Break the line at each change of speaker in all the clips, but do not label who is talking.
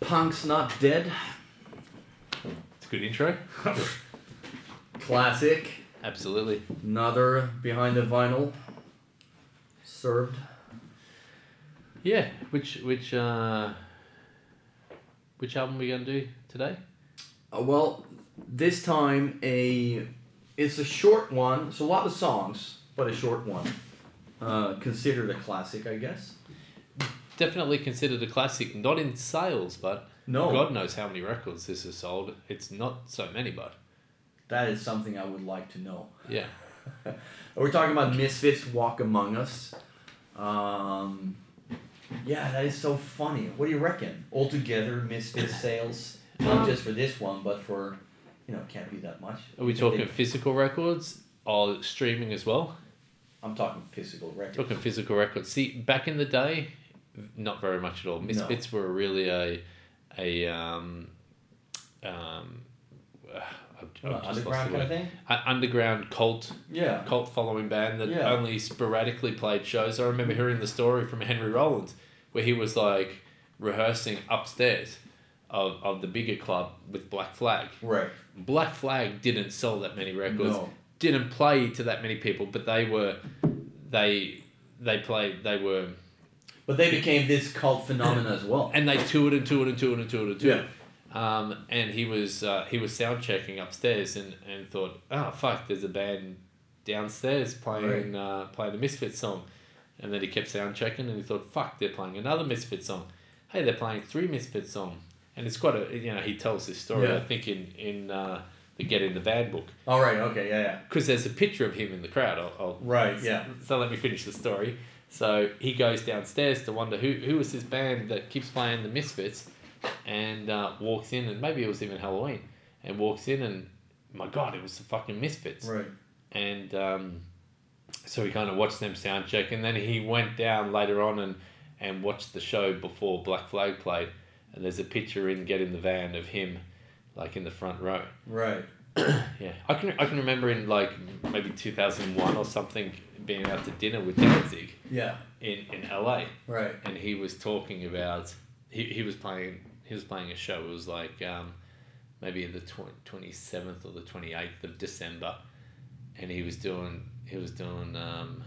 Punk's not dead.
It's a good intro.
Classic.
Absolutely.
Another behind the vinyl. Served.
Yeah. Which which uh which album we gonna do today?
Uh, well, this time a it's a short one. It's a lot of songs, but a short one. Uh, considered a classic, I guess.
Definitely considered a classic, not in sales, but
No,
God knows how many records this has sold. It's not so many, but
that is something I would like to know.
yeah.
We're talking about Misfits Walk Among Us. Um, yeah, that is so funny. What do you reckon? Altogether, Misfits sales, not
Um,
just for this one, but for, you know, can't be that much.
Are we
If they-
talking physical records or streaming as well?
I'm talking physical records.
Talking physical records. See, back in the day, not very much at all. Misfits were really a, a um, um, uh, I've, I've
What,
just lost the
underground kind of
word.
thing?
A- underground cult
Yeah.
cult following band that
Yeah.
only sporadically played shows. I remember hearing the story from Henry Rollins where he was like rehearsing upstairs of, of the bigger club with Black Flag.
Right.
Black Flag didn't sell that many records,
No.
didn't play to that many people, but they were they they played they were
But they became this cult phenomenon as well.
and they toured and toured and toured and toured and toured.
Yeah.
Um, and he was uh, he was sound checking upstairs and, and thought, oh fuck, there's a band downstairs playing uh, playing a Misfits song, and then he kept sound checking and he thought, fuck, they're playing another Misfits song. Hey, they're playing three Misfits song, and it's quite a you know he tells this story
Yeah.
I think in in uh, the Get in the Van book
All right. Okay. Yeah. Yeah.
because there's a picture of him in the crowd. I'll, I'll
Right,
s-
yeah.
So let me finish the story. So he goes downstairs to wonder who who was this band that keeps playing the Misfits, and uh, walks in, and maybe it was even Halloween, and walks in, and my God, it was the fucking Misfits.
Right.
And um, so he kind of watched them sound check, and then he went down later on and and watched the show before Black Flag played, and there's a picture in Get in the Van of him, like in the front row.
Right.
Yeah, I can I can remember in like maybe two thousand one or something being out to dinner with Danzig
Yeah.
in, in LA,
Right.
and he was talking about he, he was playing he was playing a show. It was like um, maybe the twenty seventh or the twenty eighth of December, and he was doing he was doing um,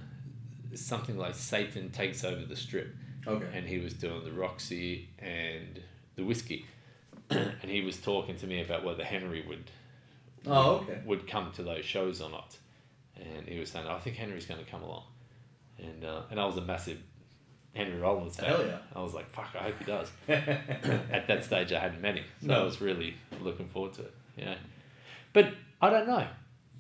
something like Satan takes over the strip
Okay.
and he was doing the Roxy and the whiskey, and he was talking to me about whether Henry would,
Oh, okay.
would come to those shows or not, and he was saying I think Henry's going to come along, and uh, and I was a massive Henry Rollins fan.
Hell yeah.
I was like fuck, I hope he does. At that stage, I hadn't met him, so I
No.
was really looking forward to it. Yeah, but I don't know.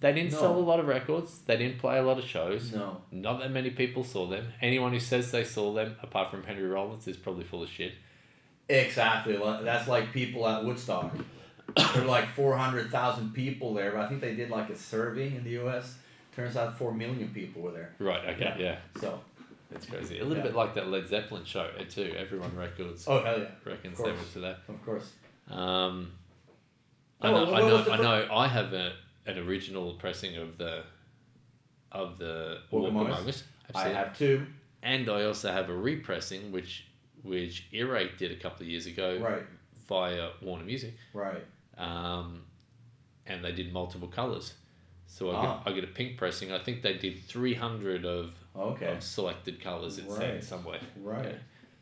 They didn't sell
No.
a lot of records. They didn't play a lot of shows.
no.
Not that many people saw them. Anyone who says they saw them, apart from Henry Rollins, is probably full of shit.
Exactly. li- That's like people at Woodstock. there were like 400,000 people there, but I think they did like a survey in the US. Turns out 4 million people were there.
Right, okay, yeah.
Yeah. So,
That's crazy. A little
Yeah.
bit like that Led Zeppelin show, uh, too. Everyone records
oh, hell yeah,
reckons
of
they were
course.
to that.
of course.
Um, I
Oh,
know,
well,
I,
what
know
was the
I
fir-
know I have a, an original pressing of the of the
Walk
Walk
Among
Among Us.
I
Absolutely.
have two.
And I also have a repressing which which Earache did a couple of years ago
Right,
via Warner Music.
right.
um, and they did multiple colors. So I,
Ah.
get, I get a pink pressing. I think they did 300 of,
Okay,
of selected colors. It's said
Right.
somewhere.
right.
Yeah.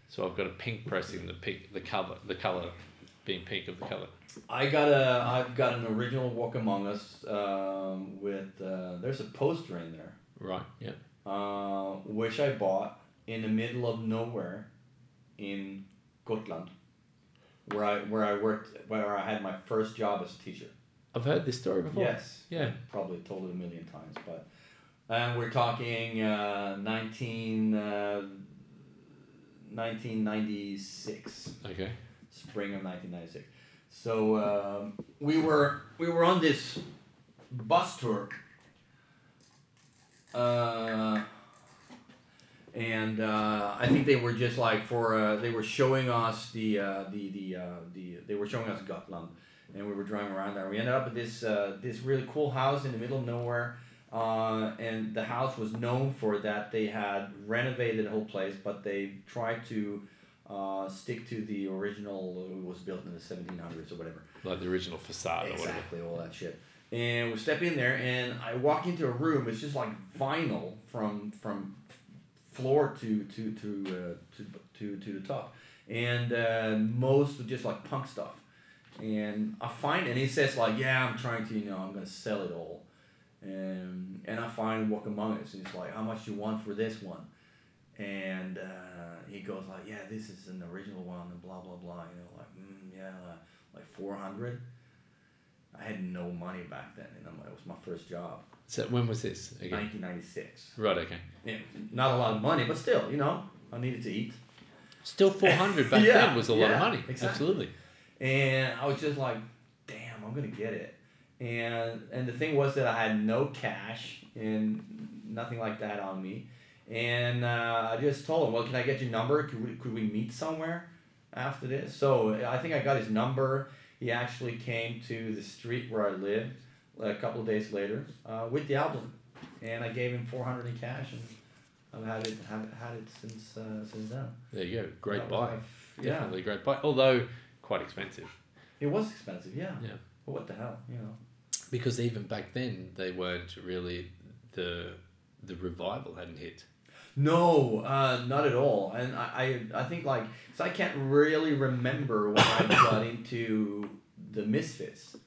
So I've got a pink pressing. The pink, the color, the color being pink of the color.
I got a, I've got an original Walk Among Us um, with, uh, there's a poster in there.
Right. Yeah.
uh, which I bought in the middle of nowhere in Gotland, where I where I worked where I had my first job as a teacher.
I've heard this story before.
Yes,
Yeah.
probably told it a million times, but and we're talking uh, 19, uh, 1996
Okay.
spring of 1996. So um, we were we were on this bus tour, uh, and uh, I think they were just like for uh, they were showing us the uh, the the uh, the they were showing us Gotland, and we were driving around there. We ended up at this uh, this really cool house in the middle of nowhere. Uh, and the house was known for that they had renovated the whole place, but they tried to uh, uh, stick to the original. It was built in the 1700s or whatever.
like the original facade or whatever.
Exactly, all that shit. And we step in there, and I walk into a room. It's just like vinyl from from floor to to to uh, to, to to the top, and uh, most was just like punk stuff. And I find, and he says like, "Yeah, I'm trying to, you know, I'm gonna sell it all." And and I find Walk Among Us, and he's like, "How much you want for this one?" And uh, he goes like, "Yeah, this is an original one, and blah blah blah." You know, like, mm, yeah, like four hundred. I had no money back then, and I'm like, it was my first job,
So when was this again?
1996.
Right. Okay.
Yeah, not a lot of money, but still, you know, I needed to eat.
Still four hundred back
Yeah,
then was a lot
yeah,
of money.
exactly.
Absolutely.
and I was just like, "Damn, I'm gonna get it." And and the thing was that I had no cash and nothing like that on me, and uh, I just told him, "Well, can I get your number? Could we, could we meet somewhere after this?" So I think I got his number. He actually came to the street where I lived a couple of days later uh, with the album, and I gave him four hundred in cash, and I've had it have had it since uh, since then.
There you go. Great
That was
buy.
my f- Yeah,
Definitely great buy. Although quite expensive.
it was expensive. Yeah.
Yeah.
But what the hell, you know.
Because even back then they weren't really the the revival hadn't hit.
No, uh, not at all. And I, I, I think like, so I can't really remember when I got into the Misfits. Do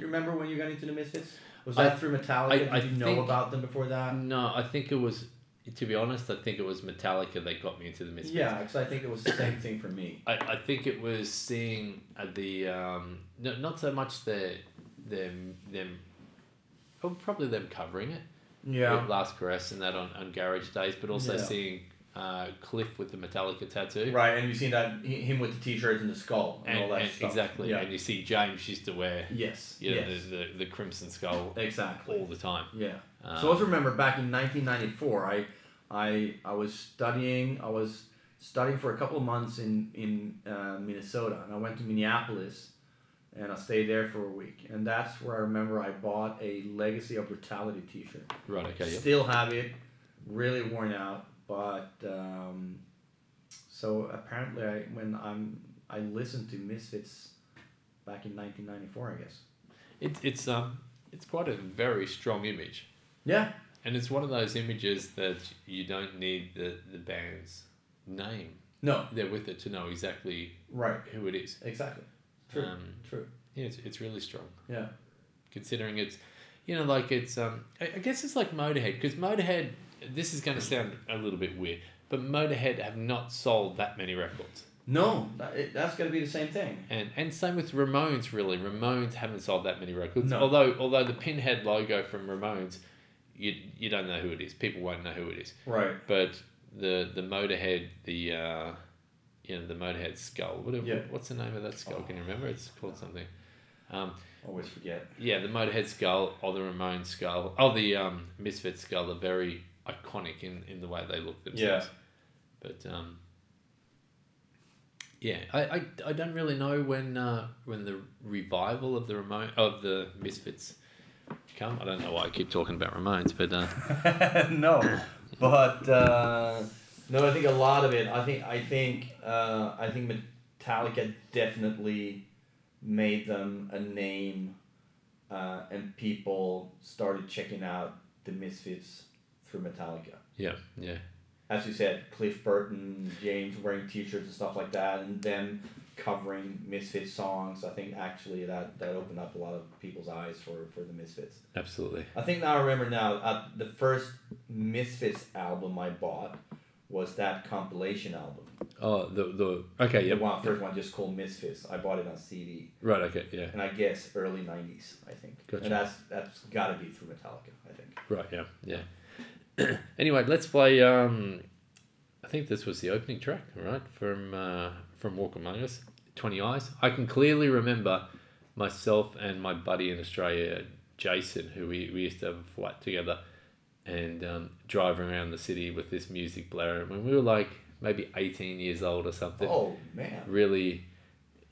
you remember when you got into the Misfits? Was
I-
that through Metallica?
I- I
Did you know
think-
about them before that?
Uh, No, I think it was to be honest, I think it was Metallica that got me into the Misfits.
Yeah, because I think it was the same thing for me.
I, I think it was seeing uh, the um, no, not so much their them them oh, probably them covering it with Last Caress and that on, on Garage Days, but also
Yeah.
seeing uh, Cliff with the Metallica tattoo.
Right, and you've seen that hi- him with the T-shirts and the skull and,
And,
all that
and-
stuff.
exactly,
Yeah.
and you see James used to wear
Yes.
you know,
yes.
the, the the crimson skull
Exactly.
all the time.
Yeah.
Um,
so I also remember back in 1994, I, I, I was studying. I was studying for a couple of months in in uh, Minnesota, and I went to Minneapolis, and I stayed there for a week. And that's where I remember I bought a Legacy of Brutality T-shirt.
Um, right, okay, yeah.
Still have it, really worn out. But um, so apparently, I, when I'm I listened to Misfits back in 1994, I guess.
It, it's um it's quite a very strong image,
Yeah.
and it's one of those images that you don't need the the band's name
No.
they're with it to know exactly
Right.
who it is.
Exactly. True.
Um,
True.
yeah, it's, it's really strong
Yeah.
considering it's, you know, like it's um, I, I guess it's like Motorhead because Motorhead. This is going to sound a little bit weird, but Motorhead have not sold that many records,
No, that, it, that's going to be the same thing.
and and same with Ramones. Really, Ramones haven't sold that many records.
No.
Although although the Pinhead logo from Ramones, you you don't know who it is. People won't know who it is.
Right.
But the the Motorhead the. Uh, you know the Motorhead skull. What,
Yeah.
What's the name of that skull? Can you remember? It's called something. Um,
Always forget.
Yeah, the Motorhead skull or the Ramones skull or the um, Misfit skull are very iconic in, in the way they look themselves. But um, yeah, I, I, I don't really know when uh, when the revival of the Ramon of the Misfits come. I don't know why I keep talking about Ramones, but uh,
no, but uh, no, I think a lot of it. I think I think uh, I think Metallica definitely made them a name, uh, and people started checking out the Misfits through Metallica.
yeah, yeah,
As you said, Cliff Burton, James wearing T-shirts and stuff like that, and them covering Misfits songs. I think actually that that opened up a lot of people's eyes for for the Misfits.
absolutely.
I think now I remember now. Uh, the first Misfits album I bought was that compilation album.
Oh, the the okay, yeah,
The one, first one just called Misfits. I bought it on CD,
right, okay, yeah,
and I guess early '90s. I think.
Gotcha.
And that's that's got to be through Metallica. I think.
right, yeah, yeah. anyway, let's play. Um, I think this was the opening track, right, from uh, from Walk Among Us, Twenty Eyes. I can clearly remember myself and my buddy in Australia, Jason, who we, we used to have a flat together, and um, driving around the city with this music blaring. When we were like maybe eighteen years old or something,
oh man.
really,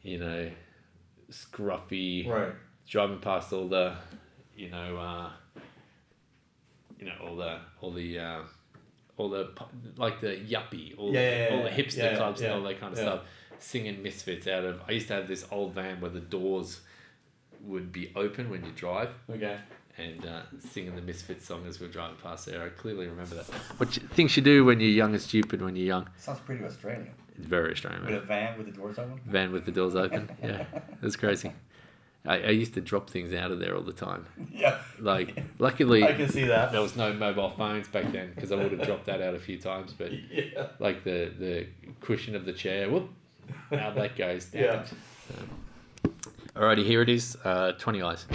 you know, scruffy,
Right.
driving past all the, you know, uh, you know all the all the uh, all the pu- like the yuppie, all
Yeah,
the,
yeah, yeah,
all the
yeah.
hipster
Yeah,
clubs
yeah,
and all that kind of
yeah.
stuff, singing misfits out of. I used to have this old van where the doors would be open when you drive,
Okay.
and uh, singing the misfits song as we we're driving past there. I clearly remember that. What you, things you do when you're young and stupid when you're young.
Sounds pretty Australian.
It's very Australian.
With
Man.
a van with the doors open.
Van with the doors open. Yeah, it's crazy. I, I used to drop things out of there all the time.
Yeah.
Like, luckily,
I can see that.
there was no mobile phones back then because I would have dropped that out a few times. But
Yeah.
like the the cushion of the chair, whoop, out that goes. Damn
Yeah.
it. So. Alrighty, here it is. Uh, Twenty eyes.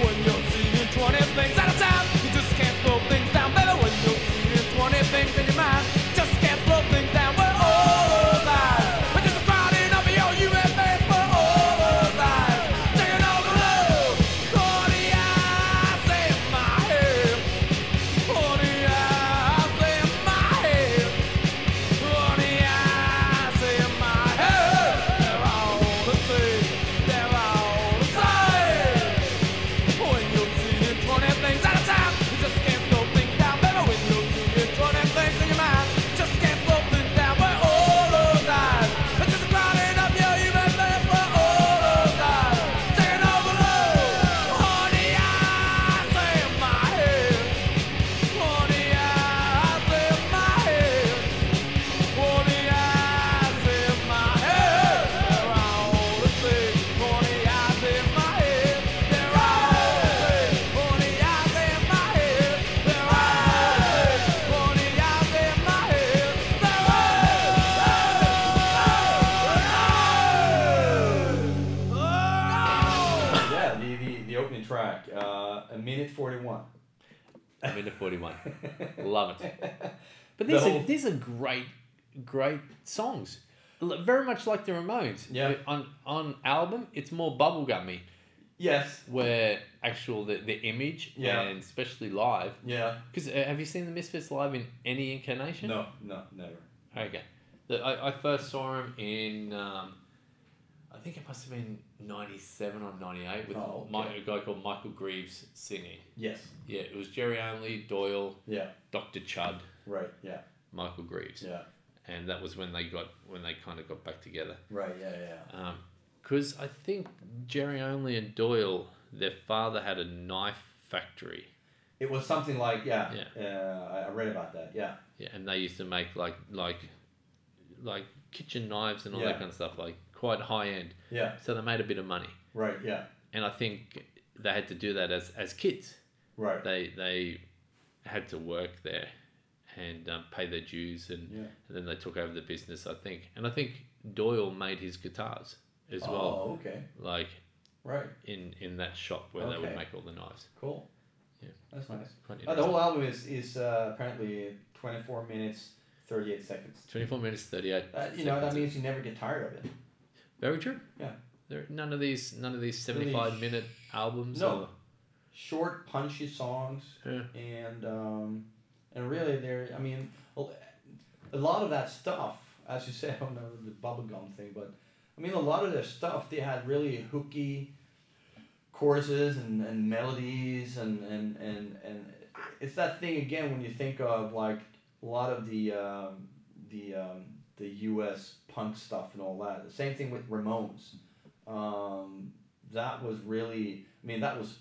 When you're seeing 20 things at a time, you just can't slow things down, baby. When you're seeing 20 things in your mind, just can't slow things down. We're all alive. We're just a crowding of your human face. We're all alive. Taking over love. 40 eyes in my head. 40 eyes in my head. 40 eyes in my head. They're all the same. They're all the same. When you're seeing 20 things at a time, you just can't slow things down, baby. When you're seeing 20 things in your mind, just can't slow things down. We're all alive. It's just a crowding of your human being. We're all alive. Taking over love. Honey, I say my head. Honey, I say my head. Honey, I say my head. They're all the same. Honey, I say my head. They're all the same. Honey, I say my head. They're all the same. Honey, I say my head. They're all the same.
Yeah. The, the, the opening track. Uh, a minute forty one.
I'm into 41. Love it. But
The
these
whole-
are these are great, great songs. L- Very much like the Ramones.
Yeah.
On on album, it's more bubblegummy,
Yes.
where actual the, the image
Yeah.
and especially live.
Yeah.
Because uh, have you seen the Misfits live in any incarnation?
No. No. Never.
Okay. The, I, I first saw him in, um, I think it must have been 97 or 98 with
Oh, okay.
Mi- a guy called Michael Greaves singing.
Yes.
Yeah, it was Jerry Only, Doyle,
Yeah.
Dr. Chud,
Right. Yeah.
Michael Greaves.
Yeah.
And that was when they got, when they kind of got back together.
Right. Yeah. Yeah.
Because I think Jerry Only and Doyle, their father had a knife factory.
It was something like yeah.
Yeah.
Uh, I- I read about that. Yeah.
Yeah, and they used to make like, like, like kitchen knives and all
Yeah.
that kind of stuff, like quite high end.
Yeah.
So they made a bit of money.
Right. Yeah.
and I think they had to do that as, as kids.
Right.
They they had to work there and um, pay their dues, and,
Yeah.
and then they took over the business, I think. And I think Doyle made his guitars as well,
Oh. Okay.
like
Right.
in in that shop where they
Okay.
would make all the knives.
Cool.
Yeah.
That's nice. Uh,
Quite
the
interesting.
whole album is is uh, apparently twenty four minutes thirty eight seconds.
Twenty four minutes thirty eight.
Uh, you know that means you never get tired of it.
very true.
Yeah.
There none of these none of these
Really
seventy five minute albums.
No.
or-
Short, punchy songs,
Yeah.
and um, and really there. I mean, a- a lot of that stuff, as you said, I don't know the bubblegum thing, but I mean a lot of their stuff they had really hooky choruses and, and melodies and, and and and it's that thing again when you think of like a lot of the um, the um, the U.S. punk stuff and all that. The same thing with Ramones. Um, that was really, I mean, that was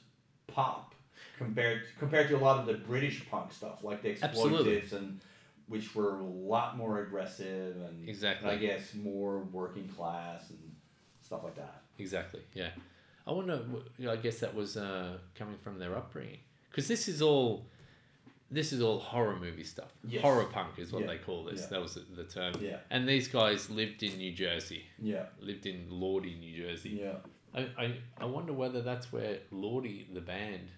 pop compared compared to a lot of the British punk stuff, like the
Absolutely.
Explosives and which were a lot more aggressive and
Exactly.
I guess more working class and stuff like that.
Exactly. Yeah. I wonder. w- you know, I guess that was uh, coming from their upbringing because this is all, this is all horror movie stuff.
Yes.
Horror punk is what
Yeah.
they call this.
Yeah.
That was the, the term.
Yeah.
And these guys lived in New Jersey.
Yeah,
Lived in Lordy, New Jersey.
yeah.
I, I I wonder whether that's where Lordy the band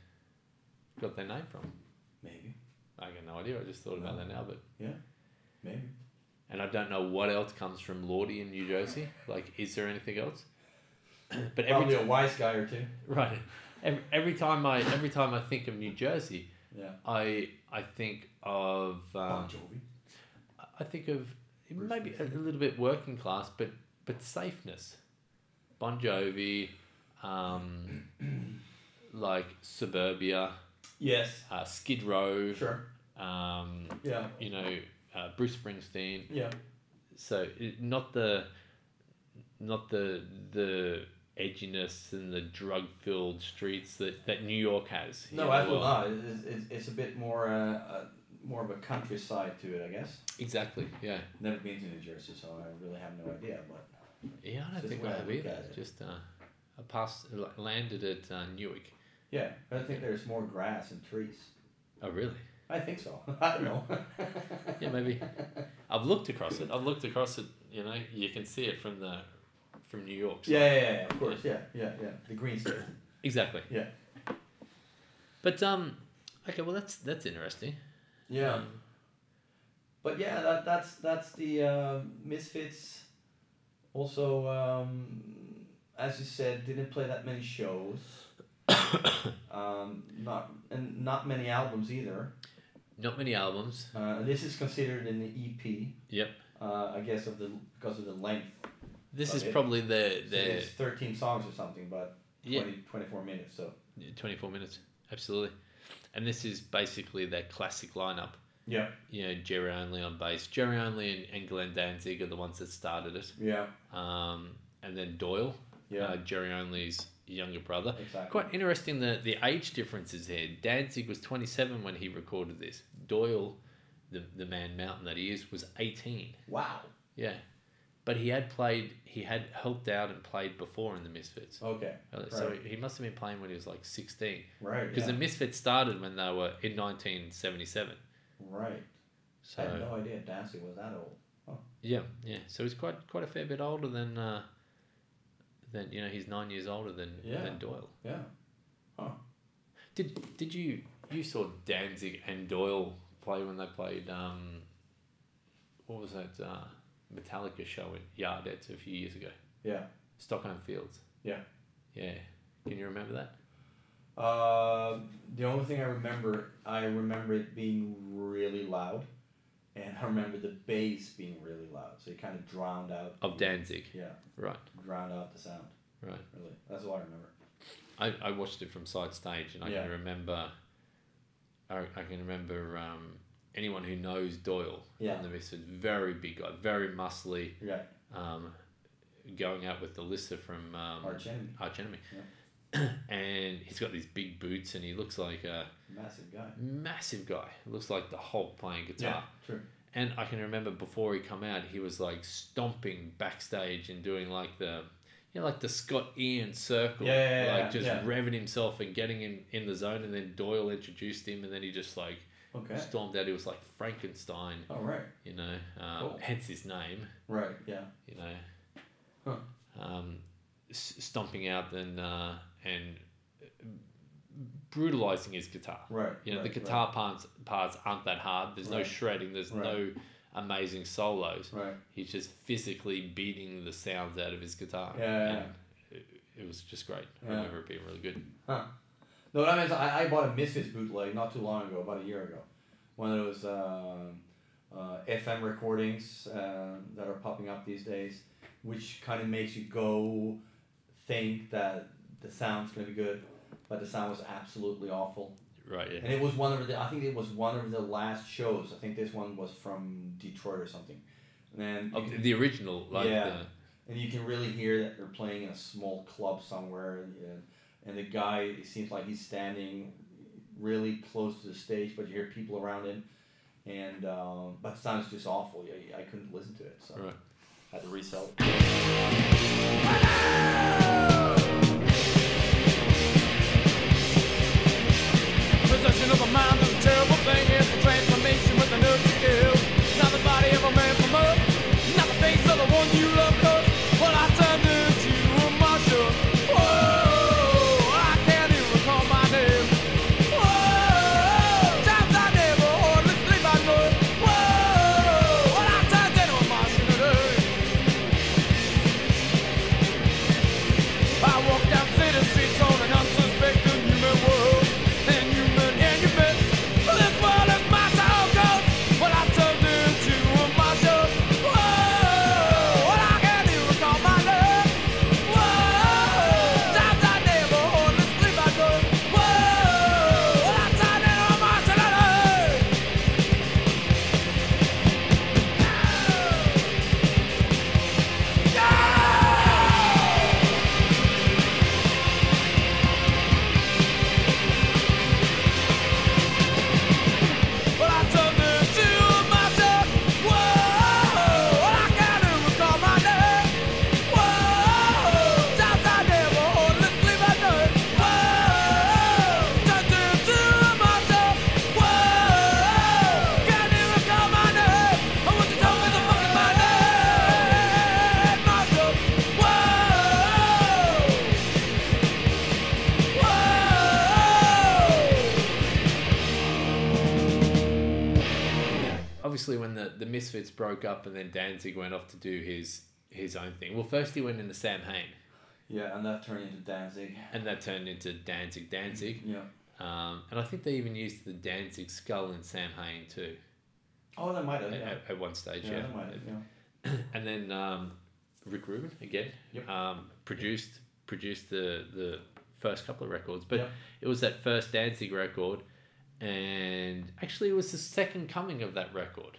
got their name from.
Maybe.
I got no idea. I just thought about that now, but
Yeah, maybe.
and I don't know what else comes from Lordy in New Jersey. Like, is there anything else? But every
Probably
time,
a wise guy or two.
right, every, every time I every time I think of New Jersey,
Yeah.
I I think of um,
Bon Jovi.
I think of maybe a, a little bit working class, but but safeness. Bon Jovi, um, like suburbia,
Yes.
uh, Skid Row,
Sure.
um,
Yeah.
you know, uh, Bruce Springsteen.
Yeah.
so it, not the not the the edginess and the drug filled streets that, that New York has. you
No,
know,
absolutely
well,
not. It's, it's, it's a bit more uh, uh, more of a countryside to it, I guess.
Exactly. Yeah.
Never been to New Jersey, so I really have no idea. But
Yeah, I don't
Just
think
the way
I
I
have
look
either.
at it.
Just uh, I passed like, landed at uh, Newark.
yeah, I think there's more grass and trees.
Oh really?
I think so. I don't know.
Yeah, maybe. I've looked across it. I've looked across it. You know, you can see it from the from New York. so-
yeah, yeah, yeah, yeah, of course. Yeah, yeah, yeah. The green state.
Exactly.
Yeah.
But um, okay. Well, that's that's interesting.
Yeah.
Um,
but yeah, that, that's that's the uh, Misfits. Also, um, as you said, didn't play that many shows. um, not and not many albums either.
Not many albums.
Uh, this is considered an EP.
Yep.
Uh, I guess of the because of the length.
This
But
is
it-
probably the
So
the
it's thirteen songs or something, but
Yeah.
20, 24 minutes. So
Yeah, 24 minutes. Absolutely. And this is basically their classic lineup.
yeah,
You know, Jerry Only on bass. Jerry Only and, and Glenn Danzig are the ones that started it.
yeah,
Um, and then Doyle,
yeah,
uh, Jerry Only's younger brother.
exactly.
Quite interesting the, the age differences here. Danzig was 27 when he recorded this. Doyle, the, the man mountain that he is, was 18.
Wow.
Yeah. But he had played, he had helped out and played before in the Misfits.
Okay.
Uh, So
Right.
he must have been playing when he was like 16.
Right. yeah.
Because the Misfits started when they were in 1977.
right. I had
So
no idea Dancy was that old.
yeah, yeah. So he's quite quite a fair bit older than uh, than you know he's nine years older than
Yeah.
than Doyle.
Yeah.
Did did you you saw Danzig and Doyle play when they played um, what was that uh, Metallica show at Yardettes a few years ago?
Yeah.
Stockholm Fields.
Yeah.
Yeah. Can you remember that?
Uh, the only thing I remember, I remember it being really loud, and I remember the bass being really loud. So it kind of drowned out.
Of Danzig.
Yeah,
Right.
drowned out the sound.
Right.
Really, that's all I remember.
I, I watched it from side stage and I
Yeah.
can remember I, I can remember um, anyone who knows Doyle
Yeah.
from the Misfits, very big guy, very muscly,
Yeah,
um, going out with Alyssa from um,
Arch Enemy,
Arch Enemy. and he's got these big boots and he looks like a
massive guy.
massive guy. Looks like the Hulk playing guitar.
true.
And I can remember before he come out, he was like stomping backstage and doing like the, you know, like the Scott Ian circle,
Yeah, yeah, yeah,
like
yeah,
just
yeah.
revving himself and getting in in the zone. And then Doyle introduced him, and then he just like
Okay.
stormed out. He was like Frankenstein,
All right.
you know, um,
Cool.
hence his name,
Right. Yeah.
you know,
Huh.
um, s- stomping out and uh, and uh, brutalizing his guitar.
Right.
You know,
right,
the guitar parts parts aren't that hard. There's no
Right.
shredding. There's
Right.
no amazing solos.
Right. right.
He's just physically beating the sounds out of his guitar.
Yeah, yeah, yeah.
And It, it was just great. I
Yeah.
remember it being really good.
No, that means I, I bought a Misfits bootleg not too long ago, about a year ago. One of those um, uh, FM recordings uh, that are popping up these days, which kind of makes you go think that the sound's gonna be good, but the sound was absolutely awful.
Right. Yeah.
And it was one of the I think it was one of the last shows. I think this one was from Detroit or something. And then you
Of the-
can-
the original, like
Yeah. and you can really hear that they're playing in a small club somewhere and, and- and the guy it seems like he's standing really close to the stage but you hear people around him and um, but the sound's just awful I, I couldn't listen to it so
Right.
I had to resell it
Possession of a mind is a terrible thing. It's a transformation with an urge to kill. Not the body of a man from earth. Not the face of the one you love. Cause what I turned into a marshal. Whoa, I can't even recall my name. Whoa, times I never
obviously when the, the Misfits broke up and then Danzig went off to do his his own thing. Well, first he went into Sam Hain,
Yeah, and that turned into Danzig.
and that turned into Danzig Danzig.
Yeah.
Um, and I think they even used the Danzig skull in Sam Hain too
Oh, that might have.
at,
Yeah,
at, at one stage.
yeah,
Yeah,
that might have. Yeah.
and then um, Rick Rubin again
Yep.
um, produced produced the the first couple of records, but
Yep.
it was that first Danzig record, and actually it was the second coming of that record,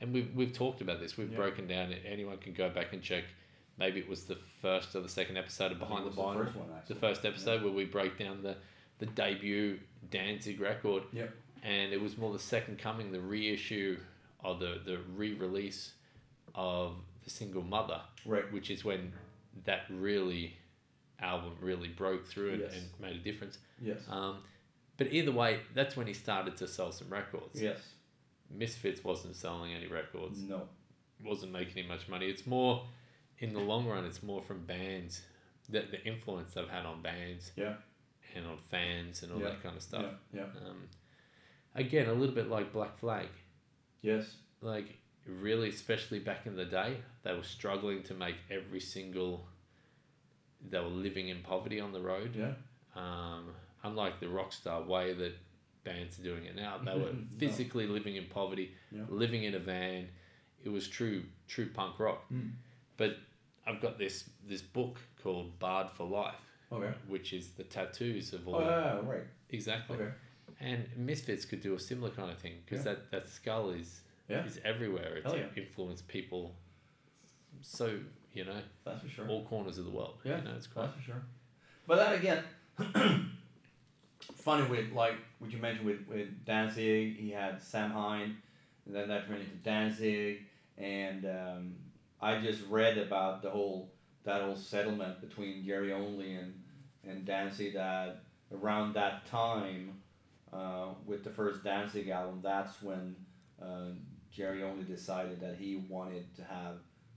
and we've we've talked about this. We've
Yep.
broken down it. Anyone can go back and check. Maybe it was the first or the second episode of Behind
it was
the
the
Vinyl,
first one, actually.
the first episode where we break down the the debut Danzig record
Yep.
and it was more the second coming, the reissue or the, the re release of the single Mother,
Right.
which is when that really album really broke through and,
Yes.
and made a difference.
Yes.
Um, but either way, that's when he started to sell some records.
Yes.
Misfits wasn't selling any records,
No.
wasn't making him much money. It's more, in the long run, it's more from bands, the, the influence they've had on bands
Yeah.
and on fans and all
Yeah.
that kind of stuff.
Yeah. Yeah.
Um, again, a little bit like Black Flag.
Yes.
Like, really, especially back in the day, they were struggling to make every single. They were living in poverty on the road.
Yeah.
Um, unlike the rock star way that bands are doing it now, they were
No.
physically living in poverty,
Yeah.
living in a van. It was true, true punk rock.
Mm.
But I've got this this book called Barred for Life,
Okay.
which is the tattoos of all
Oh, yeah, right.
exactly.
Okay.
And Misfits could do a similar kind of thing because
Yeah.
that, that skull is
Yeah.
is everywhere. It's
Hell yeah.
influenced people so, you know,
That's for sure.
all corners of the world.
Yeah.
You know, it's quite
That's for sure. But then again, funny with like what you mentioned with, with Danzig, he had Sam Hine, and then that turned into Danzig, and um, I just read about the whole that whole settlement between Gary Only and and Danzig that around that time, uh, with the first Danzig album, that's when uh, Jerry only decided that he wanted to have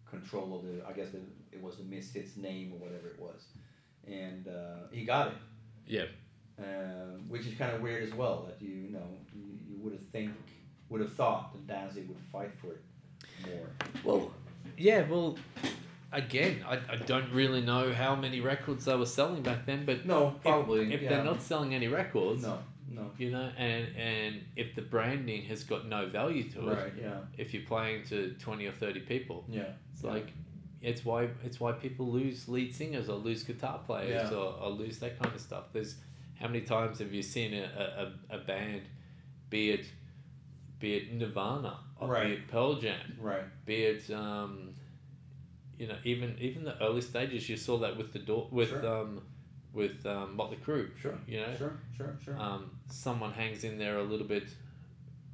control of the, I guess the, it was the Misfits name or whatever it was. And uh, he got it,
Yeah.
uh, which is kind of weird as well that you, you know, you, you would have think, would have thought that Danzig would fight for it more.
Well Yeah, well again, I, I don't really know how many records they were selling back then, but
No,
if-
probably.
if,
yeah.
they're not selling any records
No, no.
you know, and and if the branding has got no value to it,
Right, yeah,
if you're playing to twenty or thirty people,
yeah.
It's like it's why it's why people lose lead singers or lose guitar players
Yeah.
or, or lose that kind of stuff. There's how many times have you seen a, a, a a band, be it be it Nirvana, or
Right.
be it Pearl Jam,
Right,
be it um, you know even even the early stages you saw that with the door with
Sure.
um with um, Motley Crue.
Sure.
You know
sure, sure, sure.
um, someone hangs in there a little bit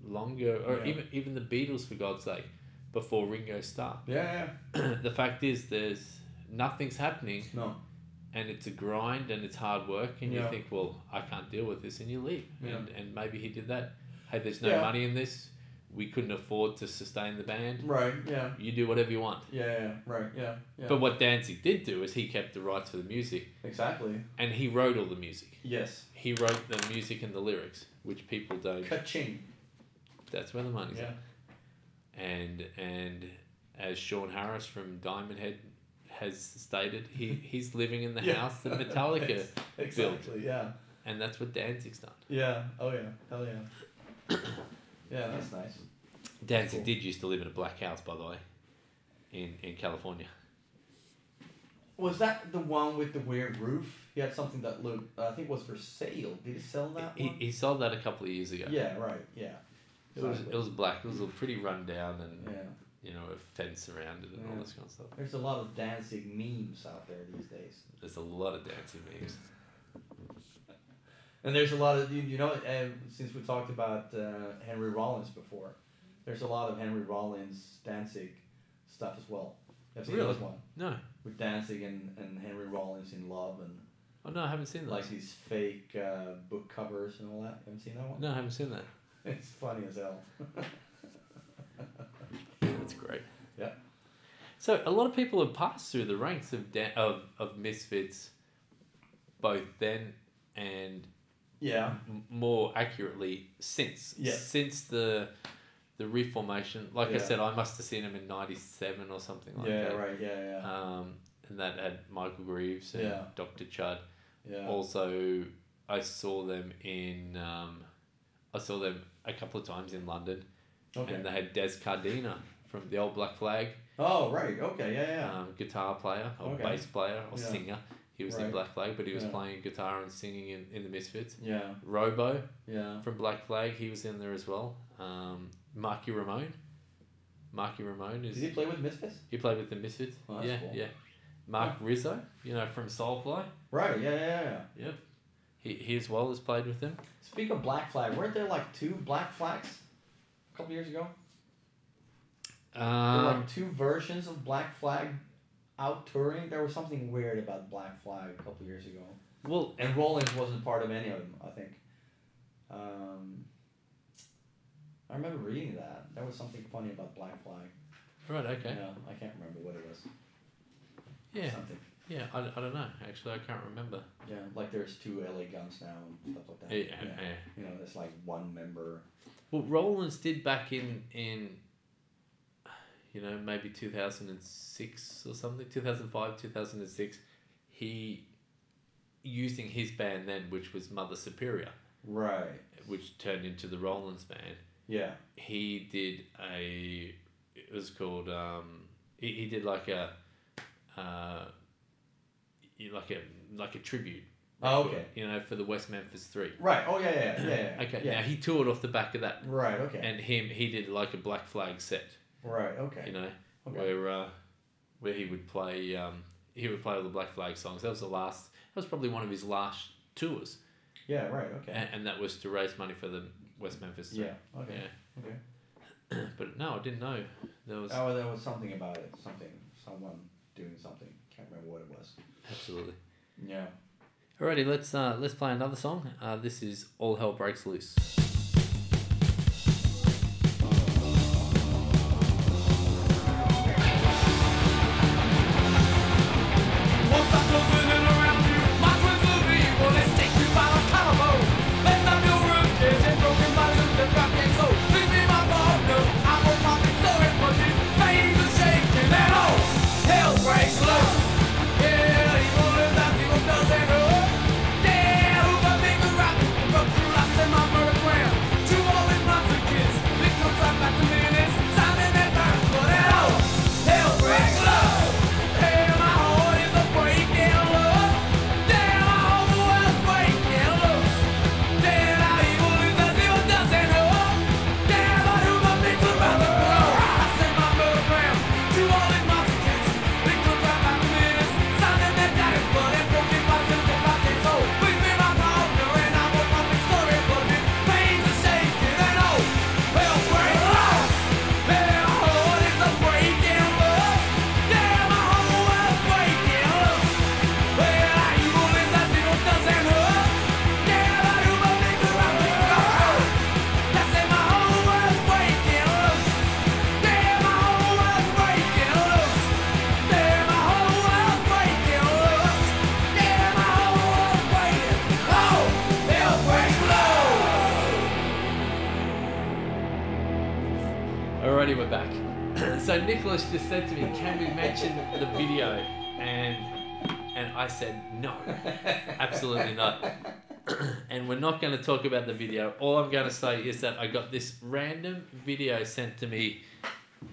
longer, or
Yeah.
even even the Beatles for God's sake, before Ringo Starr.
yeah, yeah,
the fact is there's nothing's happening
no,
and it's a grind and it's hard work and
Yeah.
you think well i can't deal with this and you leave
Yeah.
and, and maybe he did that hey there's no
Yeah.
money in this we couldn't afford to sustain the band
right, yeah,
you do whatever you want
yeah, yeah, right, yeah, yeah.
but what danzig did do is he kept the rights for the music
exactly.
and he wrote all the music
Yes.
he wrote the music and the lyrics which people don't
Ka-ching.
that's where the money's
Yeah.
at and and as sean harris from diamond head has stated he, he's living in the
Yeah.
house that metallica
Ex- Exactly. Yeah.
And that's what Danzig's done.
Yeah. Oh yeah. Hell yeah. yeah, that's nice.
Danzig
Cool.
did used to live in a black house, by the way, in, in California.
Was that the one with the weird roof? He had something that looked. I think was for sale. Did he sell that
He,
one?
he sold that a couple of years ago.
Yeah. Right. Yeah.
It was,
Exactly.
it was black. It was all pretty run down and,
yeah.
you know, a fence around it and all
Yeah.
this kind of stuff.
There's a lot of dancing memes out there these days.
There's a lot of Danzig memes.
And there's a lot of you, you know uh, since we talked about uh, Henry Rollins before, there's a lot of Henry Rollins Danzig stuff as well. I've seen
Really?
this one
No.
with Danzig and, and Henry Rollins in love and
Oh, no, I haven't seen that.
like these fake uh, book covers and all that. You haven't seen that one?
no, I haven't seen that.
It's funny as hell.
That's great.
Yeah.
So a lot of people have passed through the ranks of Dan- of, of Misfits both then and
yeah.
m- more accurately since
Yeah.
since the the reformation. Like
Yeah.
I said, I must have seen him in '97 or something like
yeah,
that.
right, yeah, yeah,
Um, and that had Michael Greaves and
Yeah.
Dr. Chud.
yeah.
Also, I saw them in. Um, I saw them a couple of times in London,
okay.
and they had Des Cardina from the old Black Flag,
Oh, right, okay, yeah, yeah.
um, guitar player or
Okay.
bass player or
Yeah.
singer. He was in
Right.
Black Flag, but he was
Yeah.
playing guitar and singing in, in the Misfits.
yeah,
Robo
yeah.
from Black Flag, he was in there as well. Um, Marky Ramone. Marky Ramone is
Did he play with Misfits?
He played with the Misfits.
Oh, that's
yeah,
cool.
yeah. Mark Rizzo, you know, from Soulfly.
Right, yeah, yeah, yeah.
Yep. He, he as well has played with them.
Speak of Black Flag, weren't there like two Black Flags a couple years ago? There were
Um,
like two versions of Black Flag out touring. There was something weird about Black Flag a couple years ago.
well,
And Rollins wasn't part of any of them, I think. Um, I remember reading that. There was something funny about Black Flag.
right, okay.
Yeah, I can't remember what it was.
Yeah,
Something.
yeah, I, I don't know. Actually, I can't remember.
Yeah, like there's two LA Guns now and stuff like that.
Yeah, yeah.
You know, it's like one member.
Well, Rollins did back in, in, you know, maybe 2006 or something, 2005, 2006. He, using his band then, which was Mother Superior,
Right.
which turned into the Rollins band.
Yeah.
he did a it was called um he, he did like a uh you- like a like a tribute
Oh, okay.
you know for the west memphis three
Right. Oh yeah, yeah, yeah. yeah, yeah.
okay
Yeah.
now he toured off the back of that
Right. Okay.
and him he did like a black flag set
right. Okay.
you know
Okay.
where uh where he would play um he would play all the black flag songs that was the last that was probably one of his last tours
Yeah. Right. Okay.
and, and that was to raise money for the west memphis three.
yeah. Okay. Okay.
yeah but no i didn't know there was
Oh, there was something about it. Something. Someone doing something. Can't remember what it was.
absolutely
Yeah.
Alrighty, let's uh, let's play another song. Uh, this is All Hell Breaks Loose.
Once I close in and around you, my twins will be evil. Let's take you by the collar. Let's stop your room, kids, and broken bottles and broken soul. Please be my partner. I won't pop it, so it must be things are shaking. And oh, hell breaks loose. Yeah, evil is out, evil does it all. Yeah, who but me could rock this? Broke through rocks in my murder To all these monster kids, it comes right back to me and it's sounding that burns. But and oh, hell breaks loose. Hell, my heart is a breaking loose. Damn, my whole world's breaking loose. Damn, how evil is as evil does it all. Damn, I do my things around the world. I send my program to all these monster kids. It comes right back to me and it's sounding that burns. But and broken bottles and broken soul. Please be my partner and I will not be sorry for this. Pains are shaking and oh, hell breaks loose. Damn, my heart is a breaking loose. Damn, my whole world's breaking loose. Well, I evil is as evil does and hurt. Damn, I do my things around the world. I say my whole world's breaking loose. Damn, my whole world's breaking loose. Damn, my whole world's breaking loose. Damn, my whole world's breaking. Oh, hell breaks loose.
Alrighty, we're back. so Nicholas just said to me, "Can we mention the video?" And and I said, "No, absolutely not." and we're not going to talk about the video. All I'm going to say is that I got this random video sent to me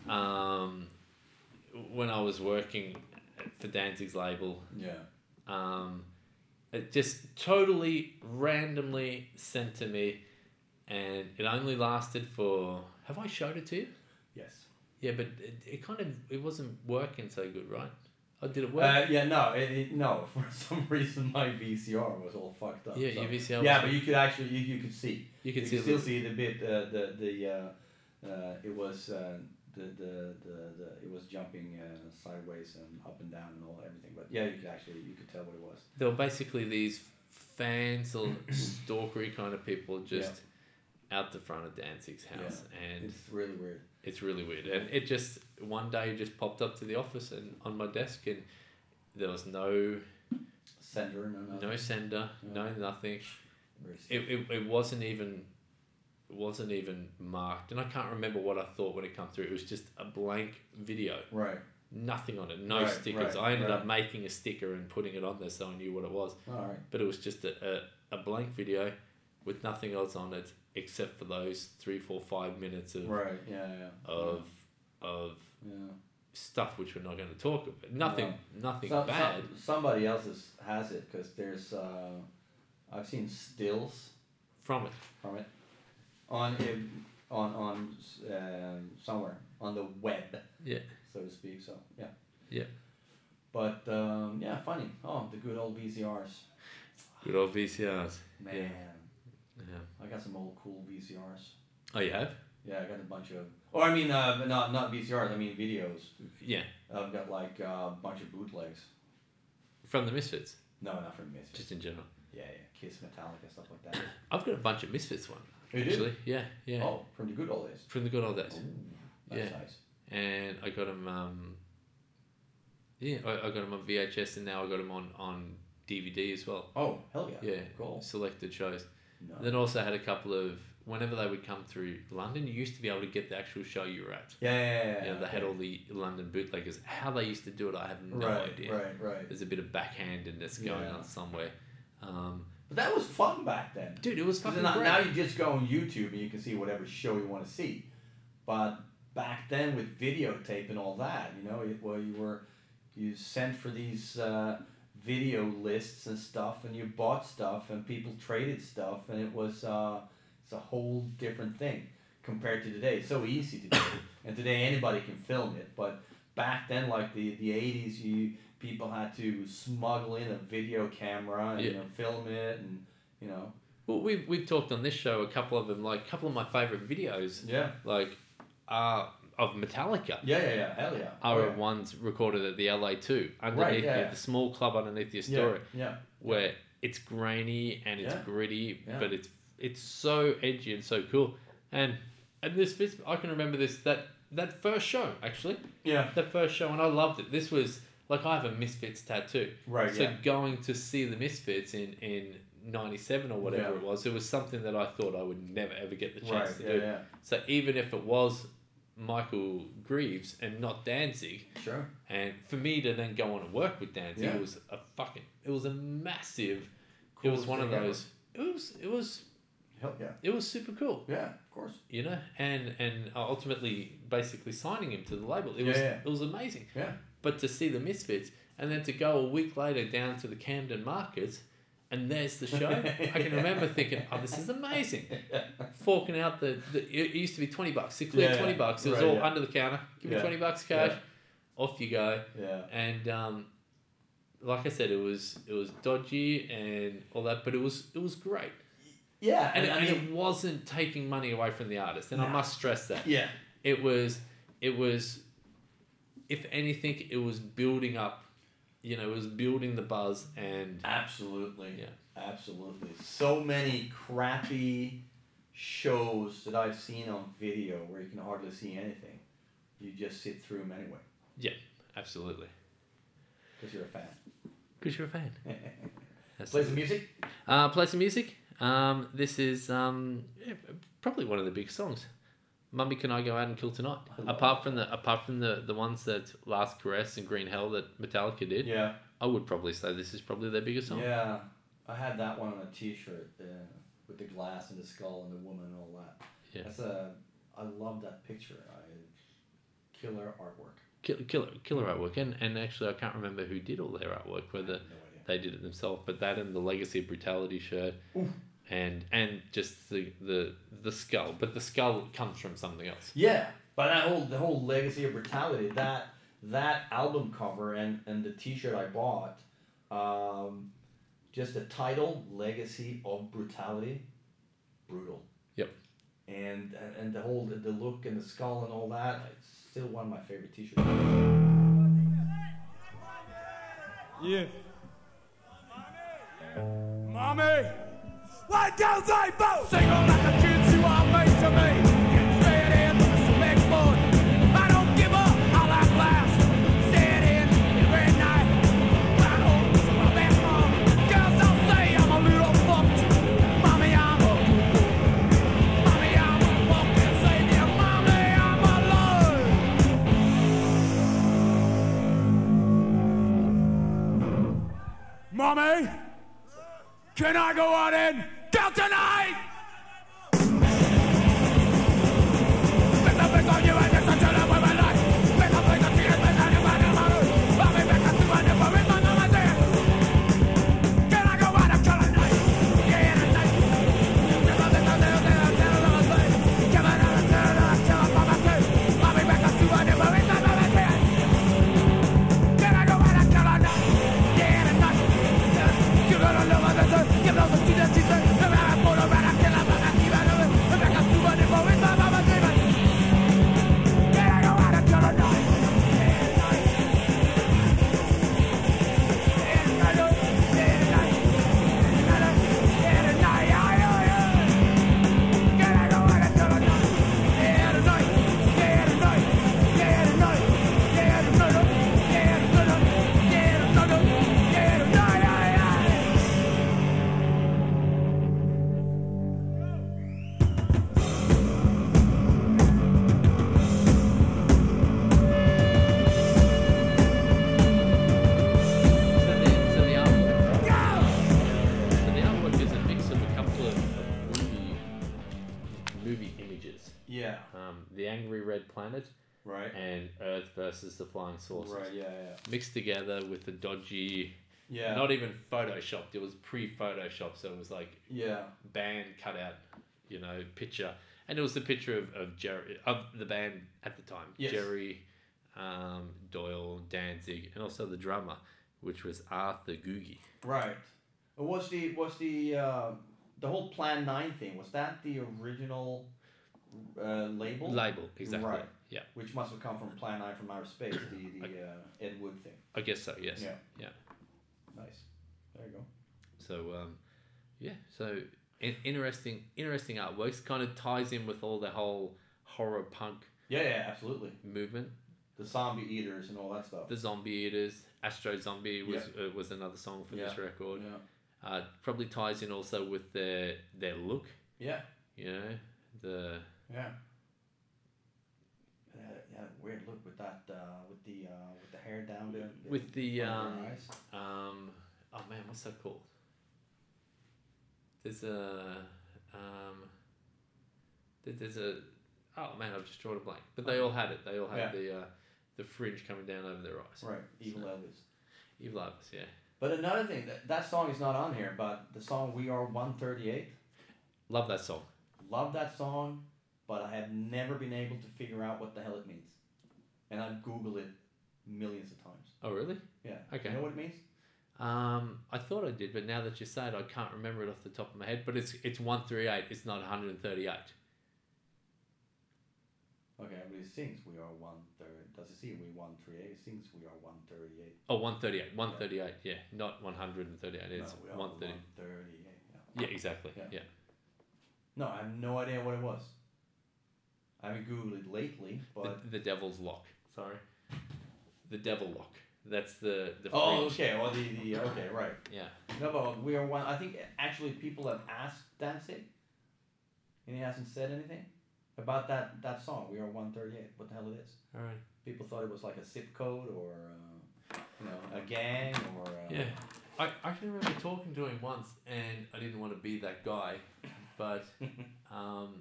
um, when I was working for Danzig's label.
Yeah.
um, it just totally randomly sent to me and it only lasted for have i showed it to you
Yes.
yeah but it, it kind of it wasn't working so good right oh did it work
Uh, yeah. No. It, it, no. For some reason, my VCR was all fucked up.
Yeah,
so-
your VCR was
Yeah,
all-
but you could actually you, you could see.
you can
you
see
could still
the,
see the bit uh, the the uh, uh, it was uh, the, the, the the it was jumping uh, sideways and up and down and all everything. But yeah, you could actually you could tell what it was.
they were basically these fans or stalkery kind of people just out the front of danzig's house and
It's really weird.
It's really weird. And it just one day just popped up to the office and on my desk and there was no
Sender and another.
no sender, no nothing.
Weird stuff.
It, it, it wasn't even wasn't even marked, and I can't remember what I thought when it came through. It was just a blank video,
Right.
nothing on it, no
Right,
stickers.
right,
I ended
right.
up making a sticker and putting it on there so I knew what it was,
All right.
but it was just a, a, a blank video with nothing else on it except for those three, four, five minutes of
Right. Yeah. Yeah.
of of
yeah.
stuff which we're not going to talk about. Nothing, nothing
Some-
bad.
some- somebody else is, has it because there's. Uh, I've seen stills
from it.
from it on a- on on um, somewhere on the web,
Yeah.
so to speak. So yeah.
Yeah.
But um, yeah, funny. Oh, the good old VCRs.
Good old VCRs.
Man,
Yeah.
I got some old cool VCRs.
Oh, you have?
Yeah, I got a bunch of. Or I mean, uh, not not VCRs. I mean videos.
Yeah.
I've got like uh, a bunch of bootlegs.
From the Misfits,
No, not from Misfits.
just in general.
yeah, yeah, Kiss, Metallica, stuff like that.
I've got a bunch of Misfits ones.
You do?
Actually, yeah, yeah.
Oh, from the good old days.
From the good old days.
That's
Yeah.
nice.
And I got them, um, yeah, I, I got them on VHS and now I got them on, on DVD as well.
Oh, hell yeah.
Yeah,
Cool.
selected shows.
No.
And then also had a couple of, whenever they would come through London, you used to be able to get the actual show you were at.
Yeah, yeah, yeah.
You know, they had
okay.
all the London bootleggers. How they used to do it, I have no
right,
idea.
Right, right.
There's a bit of backhandedness going
Yeah.
on somewhere. Um,
But that was fun back then.
dude, it was
'Cause
fucking
now,
great.
now you just go on YouTube and you can see whatever show you want to see. But back then with videotape and all that, you know, it, well, you were you sent for these uh, video lists and stuff, and you bought stuff, and people traded stuff, and it was uh, it's a whole different thing compared to today. It's so easy to do, and today anybody can film it. But back then, like the the eighties, you people had to smuggle in a video camera and you
Yeah.
know, film it, and you know,
Well, we've, we've talked on this show a couple of them, like a couple of my favorite videos,
yeah.
like uh, of Metallica,
Yeah, yeah, yeah. Hell yeah.
are
Oh, yeah.
ones recorded at the LA2, underneath
yeah.
the, the small club underneath the
Yeah,
Astoria,
Yeah.
where it's grainy and it's
Yeah.
gritty,
Yeah.
but it's it's so edgy and so cool. And and this fits, I can remember this that that first show actually,
Yeah.
the first show, and I loved it. This was like I have a Misfits tattoo.
Right,
So
yeah.
going to see the Misfits in in '97 or whatever
Yeah.
it was, it was something that I thought I would never ever get the
Right.
chance to
Yeah,
do.
yeah.
So even if it was Michael Greaves and not Danzig,
Sure.
and for me to then go on and work with Danzig
Yeah.
it was a fucking, it was a massive. it
Coolest
was one of
thing ever.
those. It was it was
Hell yeah.
it was super cool,
Yeah, of course.
you know, and and ultimately basically signing him to the label. It
Yeah,
was
yeah.
it was amazing.
Yeah.
But to see the Misfits and then to go a week later down to the Camden Market and there's the show, I can remember thinking, oh, this is amazing. Forking out the, the it used to be 20 bucks. It cleared
Yeah,
20 bucks. It was
right,
all
yeah.
under the counter. Give me
Yeah.
20 bucks cash.
Yeah.
Off you go.
Yeah.
And um, like I said, it was it was dodgy and all that, but it was it was great.
Yeah.
And,
I
and
mean-
it wasn't taking money away from the artist. And I
No.
must stress that
yeah.
it was it was if anything it was building up you know it was building the buzz and
Absolutely.
Yeah.
Absolutely. So many crappy shows that I've seen on video where you can hardly see anything. You just sit through them anyway
absolutely
because you're a fan.
because you're a fan That's
Play some
it.
music.
uh, play some music um, this is um, yeah, probably one of the big songs mummy can i go out and kill tonight
I love
apart from the apart from the, the ones that last caress and green hell that metallica did
Yeah.
i would probably say this is probably their biggest song
Yeah. I had that one on a T-shirt uh, with the glass and the skull and the woman and all that.
Yeah.
That's a. I love that picture. I killer artwork.
Kill- killer killer artwork and, and actually i can't remember who did all their artwork whether
no idea.
they did it themselves. But that and the Legacy of Brutality shirt,
Oof.
and and just the, the the skull. But the skull comes from something else.
Yeah, but that whole the whole legacy of brutality that that album cover and and the T-shirt I bought, um, just the title "Legacy of Brutality," brutal.
Yep.
And and- and the whole the, the look and the skull and all that. It's still one of my favorite T-shirts.
Yeah. Mommy, why don't they vote? Sing on like the kids you are made to me. Say it in, make fun. I don't give up, I'll act last. Say it in, every night. I don't lose my best mom. Girls don't say I'm a little fucked. Mommy, I'm a Mommy, I'm Mommy, can I go on in? Till tonight!
So the, so the artwork. So the artwork is a mix of a couple of of movie, movie images.
Yeah.
Um, the Angry Red Planet
Right.
and Earth versus the Flying Saucers.
Right. Yeah. Yeah.
Mixed together with the dodgy,
Yeah.
not even photoshopped. It was pre-photoshopped, so it was like
yeah.
band cutout, you know, picture, and it was the picture of, of Jerry of the band at the time,
Yes.
Jerry, um, Doyle, Danzig, and also the drummer, which was Arthur Googie.
Right. And What's the what's the uh, the whole Plan Nine thing? Was that the original uh, label?
Label, exactly.
Right.
Yeah,
Which must have come from Plan Nine from outer space, the the uh, Ed Wood thing.
I guess so. Yes.
Yeah.
Yeah.
Nice. There you go.
So, um, yeah. So in- interesting, interesting artworks. Kind of ties in with all the whole horror punk
Yeah. Yeah. Absolutely.
movement.
The zombie eaters and all that stuff.
The Zombie Eaters, Astro Zombie was uh, was another song for this
Yeah.
record.
yeah.
Uh, probably ties in also with their their look.
Yeah.
You know the
Yeah. Yeah, yeah, weird look with that, uh, with the, uh, with the hair down there.
with the
Under their
um,
eyes.
um oh man what's that called? There's a um there- there's a oh man I've just drawn a blank. But they all had it. They all had
Uh-huh. Yeah.
the uh, the fringe coming down over their eyes.
Right, Evil Elvis.
Evil Elvis, yeah.
But another thing, that, that song is not on here, but the song We Are 138,
Love that song.
love that song, but I have never been able to figure out what the hell it means. And I've Googled it millions of times.
Oh really?
Yeah.
Okay.
You know what it means?
Um, I thought I did, but now that you say it, I can't remember it off the top of my head. But it's it's one three eight. It's not one hundred and thirty eight.
Okay, everybody sings We Are 138. Does it see We 138? It sings We Are 138.
Oh, 138. 138, yeah. Not 138. It's
no, we are
130.
138. Yeah.
Yeah, exactly. Yeah.
Yeah. No, I have no idea what it was. I haven't Googled it lately, but.
The, the Devil's Lock. Sorry. The Devil Lock. That's the. the
Oh,
fringe.
okay. Well, the, the okay, right.
Yeah.
No, but we are one. I think actually people have asked Danzig, and he hasn't said anything about that that song. We are one thirty eight. What the hell it is?
All right.
People thought it was like a zip code or uh, you know a gang or uh,
Yeah. I, I can remember talking to him once, and I didn't want to be that guy, but um,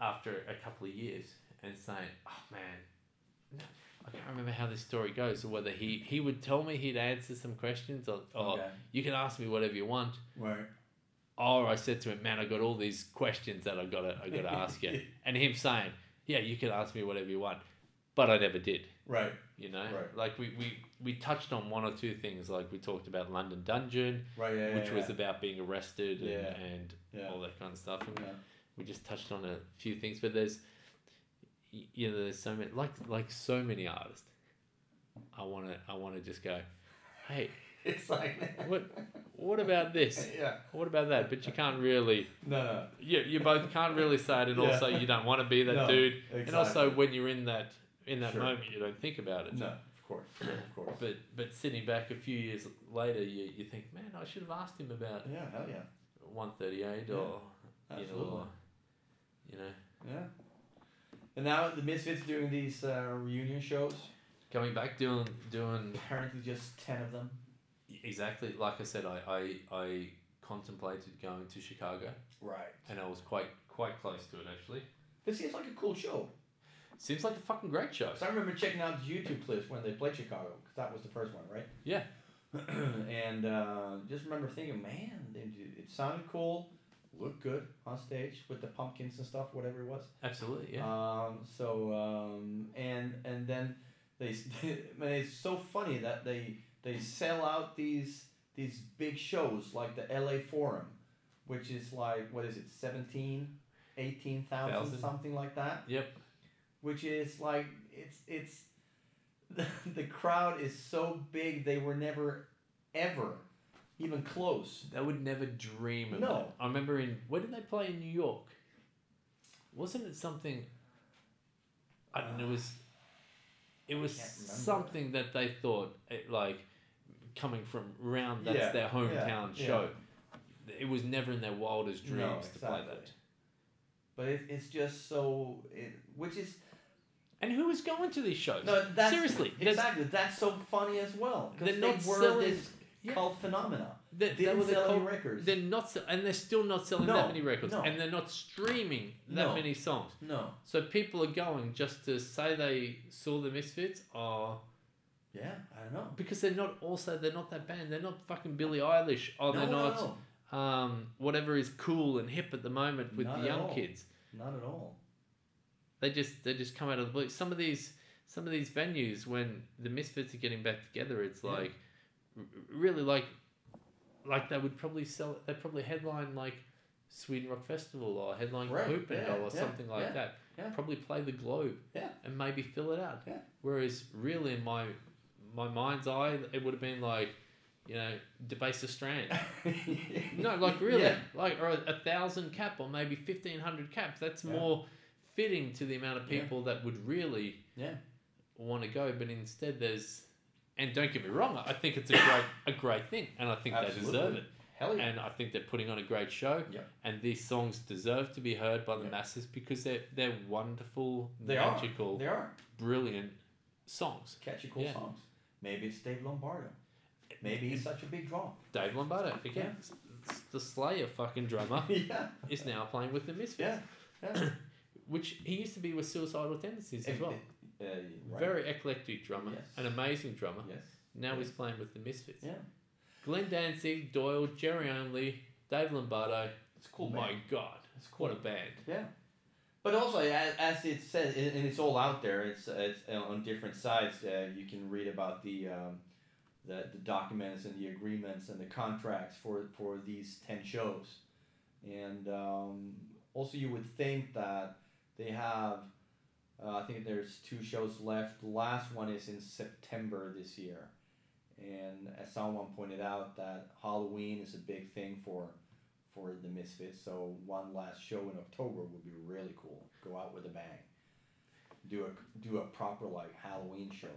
after a couple of years, and saying, "Oh man, no, I can't remember how this story goes, or whether he he would tell me he'd answer some questions, or, or
Okay.
you can ask me whatever you want."
Right.
Or Oh, I said to him, "Man, I got all these questions that I gotta I gotta ask you," and him saying, "Yeah, you can ask me whatever you want," but I never did.
Right.
You know,
Right.
like we, we we touched on one or two things, like we talked about London Dungeon,
Right. Yeah.
which
yeah,
was
yeah.
about being arrested and,
Yeah.
and
Yeah.
all that kind of stuff. And
Yeah.
We just touched on a few things, but there's y- you know there's so many like like so many artists. I wanna I wanna just go, hey,
It's like
what what about this?
yeah.
What about that? But you can't really
No. no.
you, you both can't really say it, and
Yeah.
also you don't want to be that
No,
dude. And also
exactly.
when you're in that in that
Sure.
moment, you don't think about it.
No. Of course. Of course.
But but sitting back a few years later, you, you think, man, I should have asked him about
Yeah. Hell yeah.
138 or you know,
Absolutely.
or, you know,
Yeah. And now the Misfits doing these uh, reunion shows.
coming back doing doing
Apparently, just ten of them.
y- exactly like I said, I, I I contemplated going to Chicago,
Right.
and I was quite quite close to it actually.
This seems like a cool show.
Seems like a fucking great show.
'Cause I remember checking out the YouTube clips when they played Chicago, because that was the first one, right?
Yeah,
and uh, just remember thinking, man, it, it sounded cool, looked good on stage with the pumpkins and stuff, whatever it was.
absolutely. Yeah,
Um, so um, and and then they, I mean, it's so funny that they they sell out these these big shows like the LA Forum, which is like what is it 17, 18,000
Thousand.
something like that,
yep.
which is like it's it's the, the crowd is so big they were never ever even close.
They would never dream of
No.
that. I remember in where did they play in New York? Wasn't it something? I don't know. It was. It was
can't remember.
something that they thought it, like coming from round that's
Yeah,
their hometown
yeah, yeah.
show. It was never in their wildest dreams
No,
to play
exactly.
that.
But it, it's just so it, which is
And who is going to these shows?
No, that's
seriously. there's-
exactly. That's so funny as well.
They're
Because they were
not selling-
this
Yeah.
cult phenomona.
They, they
Didn't
were the
sell any
cult-
records.
They're not, se- and they're still not selling
No,
that many records,
no.
and they're not streaming that
No.
many songs.
No.
So people are going just to say they saw the Misfits, or
Yeah, I don't know.
because they're not also they're not that band. They're not fucking Billie Eilish,
no,
or Oh, they're
no,
not
no.
Um, whatever is cool and hip at the moment with
Not
the
at
young
all.
kids.
Not at all.
They just they just come out of the blue. Some of these some of these venues when the Misfits are getting back together, it's
Yeah.
like r- really like like they would probably sell. They probably headline like Sweden Rock Festival or headline
Right,
Copenhagen
yeah,
or
yeah,
something like
yeah,
that.
yeah.
Probably play the Globe.
Yeah.
and maybe fill it out.
Yeah.
Whereas really in my my mind's eye, it would have been like, you know, debase the strand. no, like really,
Yeah.
like or a thousand cap or maybe fifteen hundred caps. That's
Yeah.
more fitting to the amount of
Yeah.
people that would really
Yeah.
want to go. But instead, there's and don't get me wrong, I think it's a great a great thing, and I think
Absolutely.
they deserve it.
Hell yeah.
And I think they're putting on a great show,
Yeah.
and these songs deserve to be heard by the
Yeah.
masses because they're they're wonderful,
they
magical,
are. They are.
brilliant songs.
Catchy, cool
Yeah.
songs. Maybe it's Dave Lombardo. Maybe he's such a big draw.
Dave Lombardo again, s- the Slayer fucking drummer,
yeah.
is now playing with the Misfits,
Yeah. Yeah.
which he used to be with Suicidal Tendencies as
If-
well.
uh, right.
Very eclectic drummer,
Yes.
an amazing drummer.
Yes.
Now
Yeah.
he's playing with the Misfits.
Yeah.
Glenn Danzig, Doyle, Jerry Only, Dave Lombardo.
It's a cool.
my
band.
God,
It's a cool.
what a band!
Yeah, but also as, as it says, and and it's all out there. It's it's uh, on different sites. Uh, you can read about the um, the the documents and the agreements and the contracts for for these ten shows, and um, also you would think that they have. Uh, I think there's two shows left. The last one is in September this year, and as someone pointed out, that Halloween is a big thing for for the Misfits. So one last show in October would be really cool. Go out with a bang. Do a do a proper like Halloween show.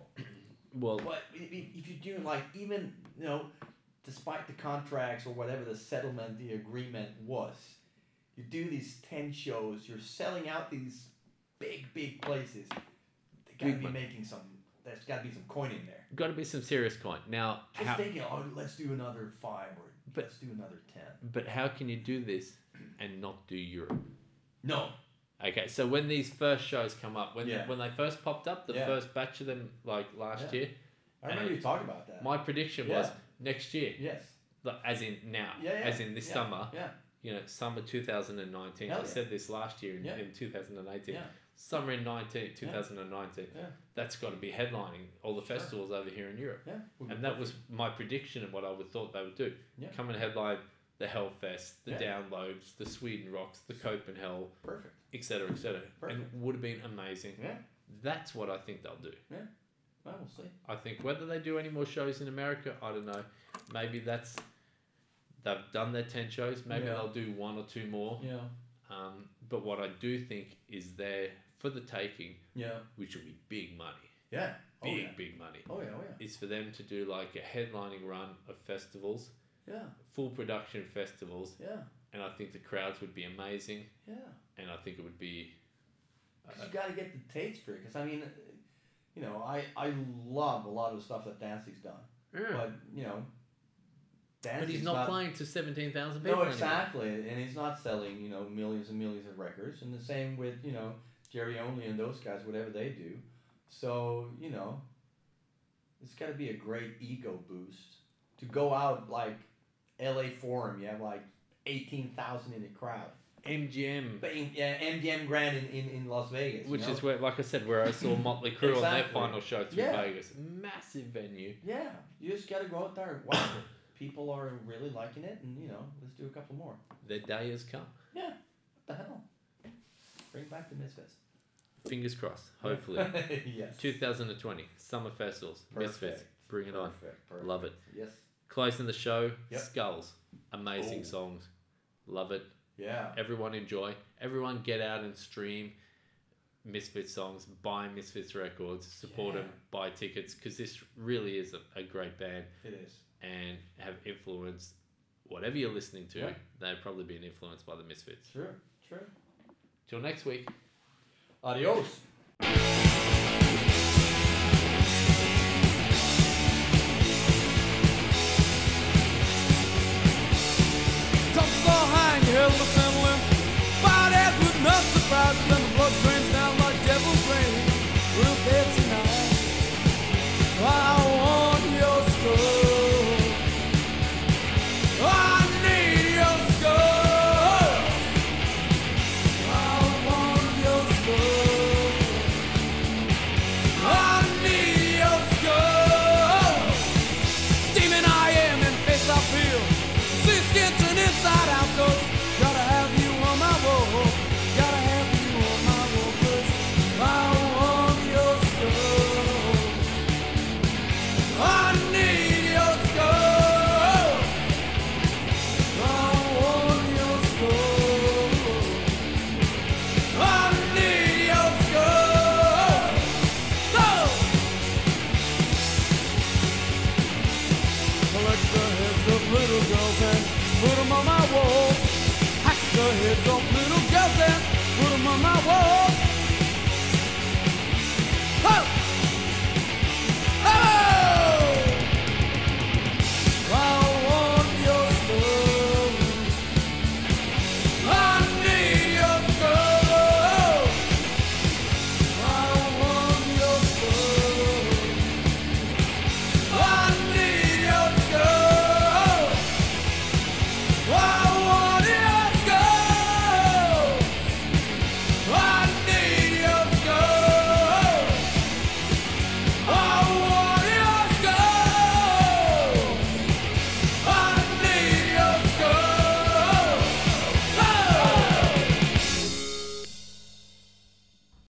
Well,
But i- i- if you do like even you know, despite the contracts or whatever the settlement, the agreement was, you do these ten shows. You're selling out these big big places. They gotta
Big
be
money.
making some. There's gotta be some coin in there.
got to be some serious coin now.
Just
How,
thinking, oh, let's do another five or
But-
let's do another ten.
but how can you do this and not do Europe?
No,
Okay, so when these first shows come up, when
Yeah.
when they first popped up, the
Yeah.
first batch of them, like last
Yeah.
year,
I remember
And-
you talking about that.
my prediction was
Yeah.
next year,
yes.
like, as in now,
Yeah, yeah,
as in this
yeah,
summer,
Yeah.
you know, summer 2019.
Hell
I
yeah.
said this last year in,
Yeah.
in 2018.
Yeah.
Summer in 19, 2019.
Yeah.
That's got to be headlining all the
Sure.
festivals over here in Europe.
Yeah.
And that was my prediction of what I would thought they would do.
Yeah.
Come and headline the Hellfest, the
Yeah.
Downloads, the Sweden Rocks, the Copenhagen,
perfect.
etc., etc.
Perfect.
And would have been amazing.
Yeah.
That's what I think they'll do.
Well, we'll see.
I think whether they do any more shows in America, I don't know. Maybe that's they've done their ten shows. Maybe
Yeah.
they'll do one or two more.
Yeah.
Um, but what I do think is there for the taking,
Yeah.
which will be big money,
Yeah. Oh
big
yeah.
big money,
Oh yeah. Oh yeah.
is for them to do like a headlining run of festivals,
Yeah.
full production festivals,
Yeah.
and I think the crowds would be amazing,
Yeah.
and I think it would be. uh,
Cause you gotta get the taste for it. Cause I mean, you know, I I love a lot of the stuff that Danzig's done, but you know, sense.
But he's
It's
not, playing to 17,000 people.
No,
anymore.
exactly, and he's not selling you know millions and millions of records, and the same with you know Jerry Only and those guys, whatever they do. So you know, it's got to be a great ego boost to go out like L.A. Forum. You have like eighteen thousand in the crowd.
MGM,
Bang, yeah, MGM Grand in, in, in Las Vegas. you
which
know?
is where, like I said, where I saw Motley Crue on their
Exactly.
final show through
Yeah.
Vegas. Massive venue.
yeah, you just got to go out there. and Wow, people are really liking it, and you know, let's do a couple more.
The day has come.
Yeah, what the hell? Bring back the Misfits.
Fingers crossed, hopefully.
yes.
2020, Summer Festivals, Misfits,
Perfect.
bring it on.
Perfect, perfect.
Love it.
Yes.
Closing the show,
Yep.
Skulls. Amazing
Oh.
songs. Love it.
Yeah.
Everyone enjoy. Everyone get out and stream Misfits songs. Buy Misfits records. Support
Yeah.
them. Buy tickets because this really is a, a great band
It is.
and have influenced whatever you're listening to.
Yeah.
They've probably been influenced by the Misfits.
True. True.
Till next week.
Adios.
Come so high and you'll listen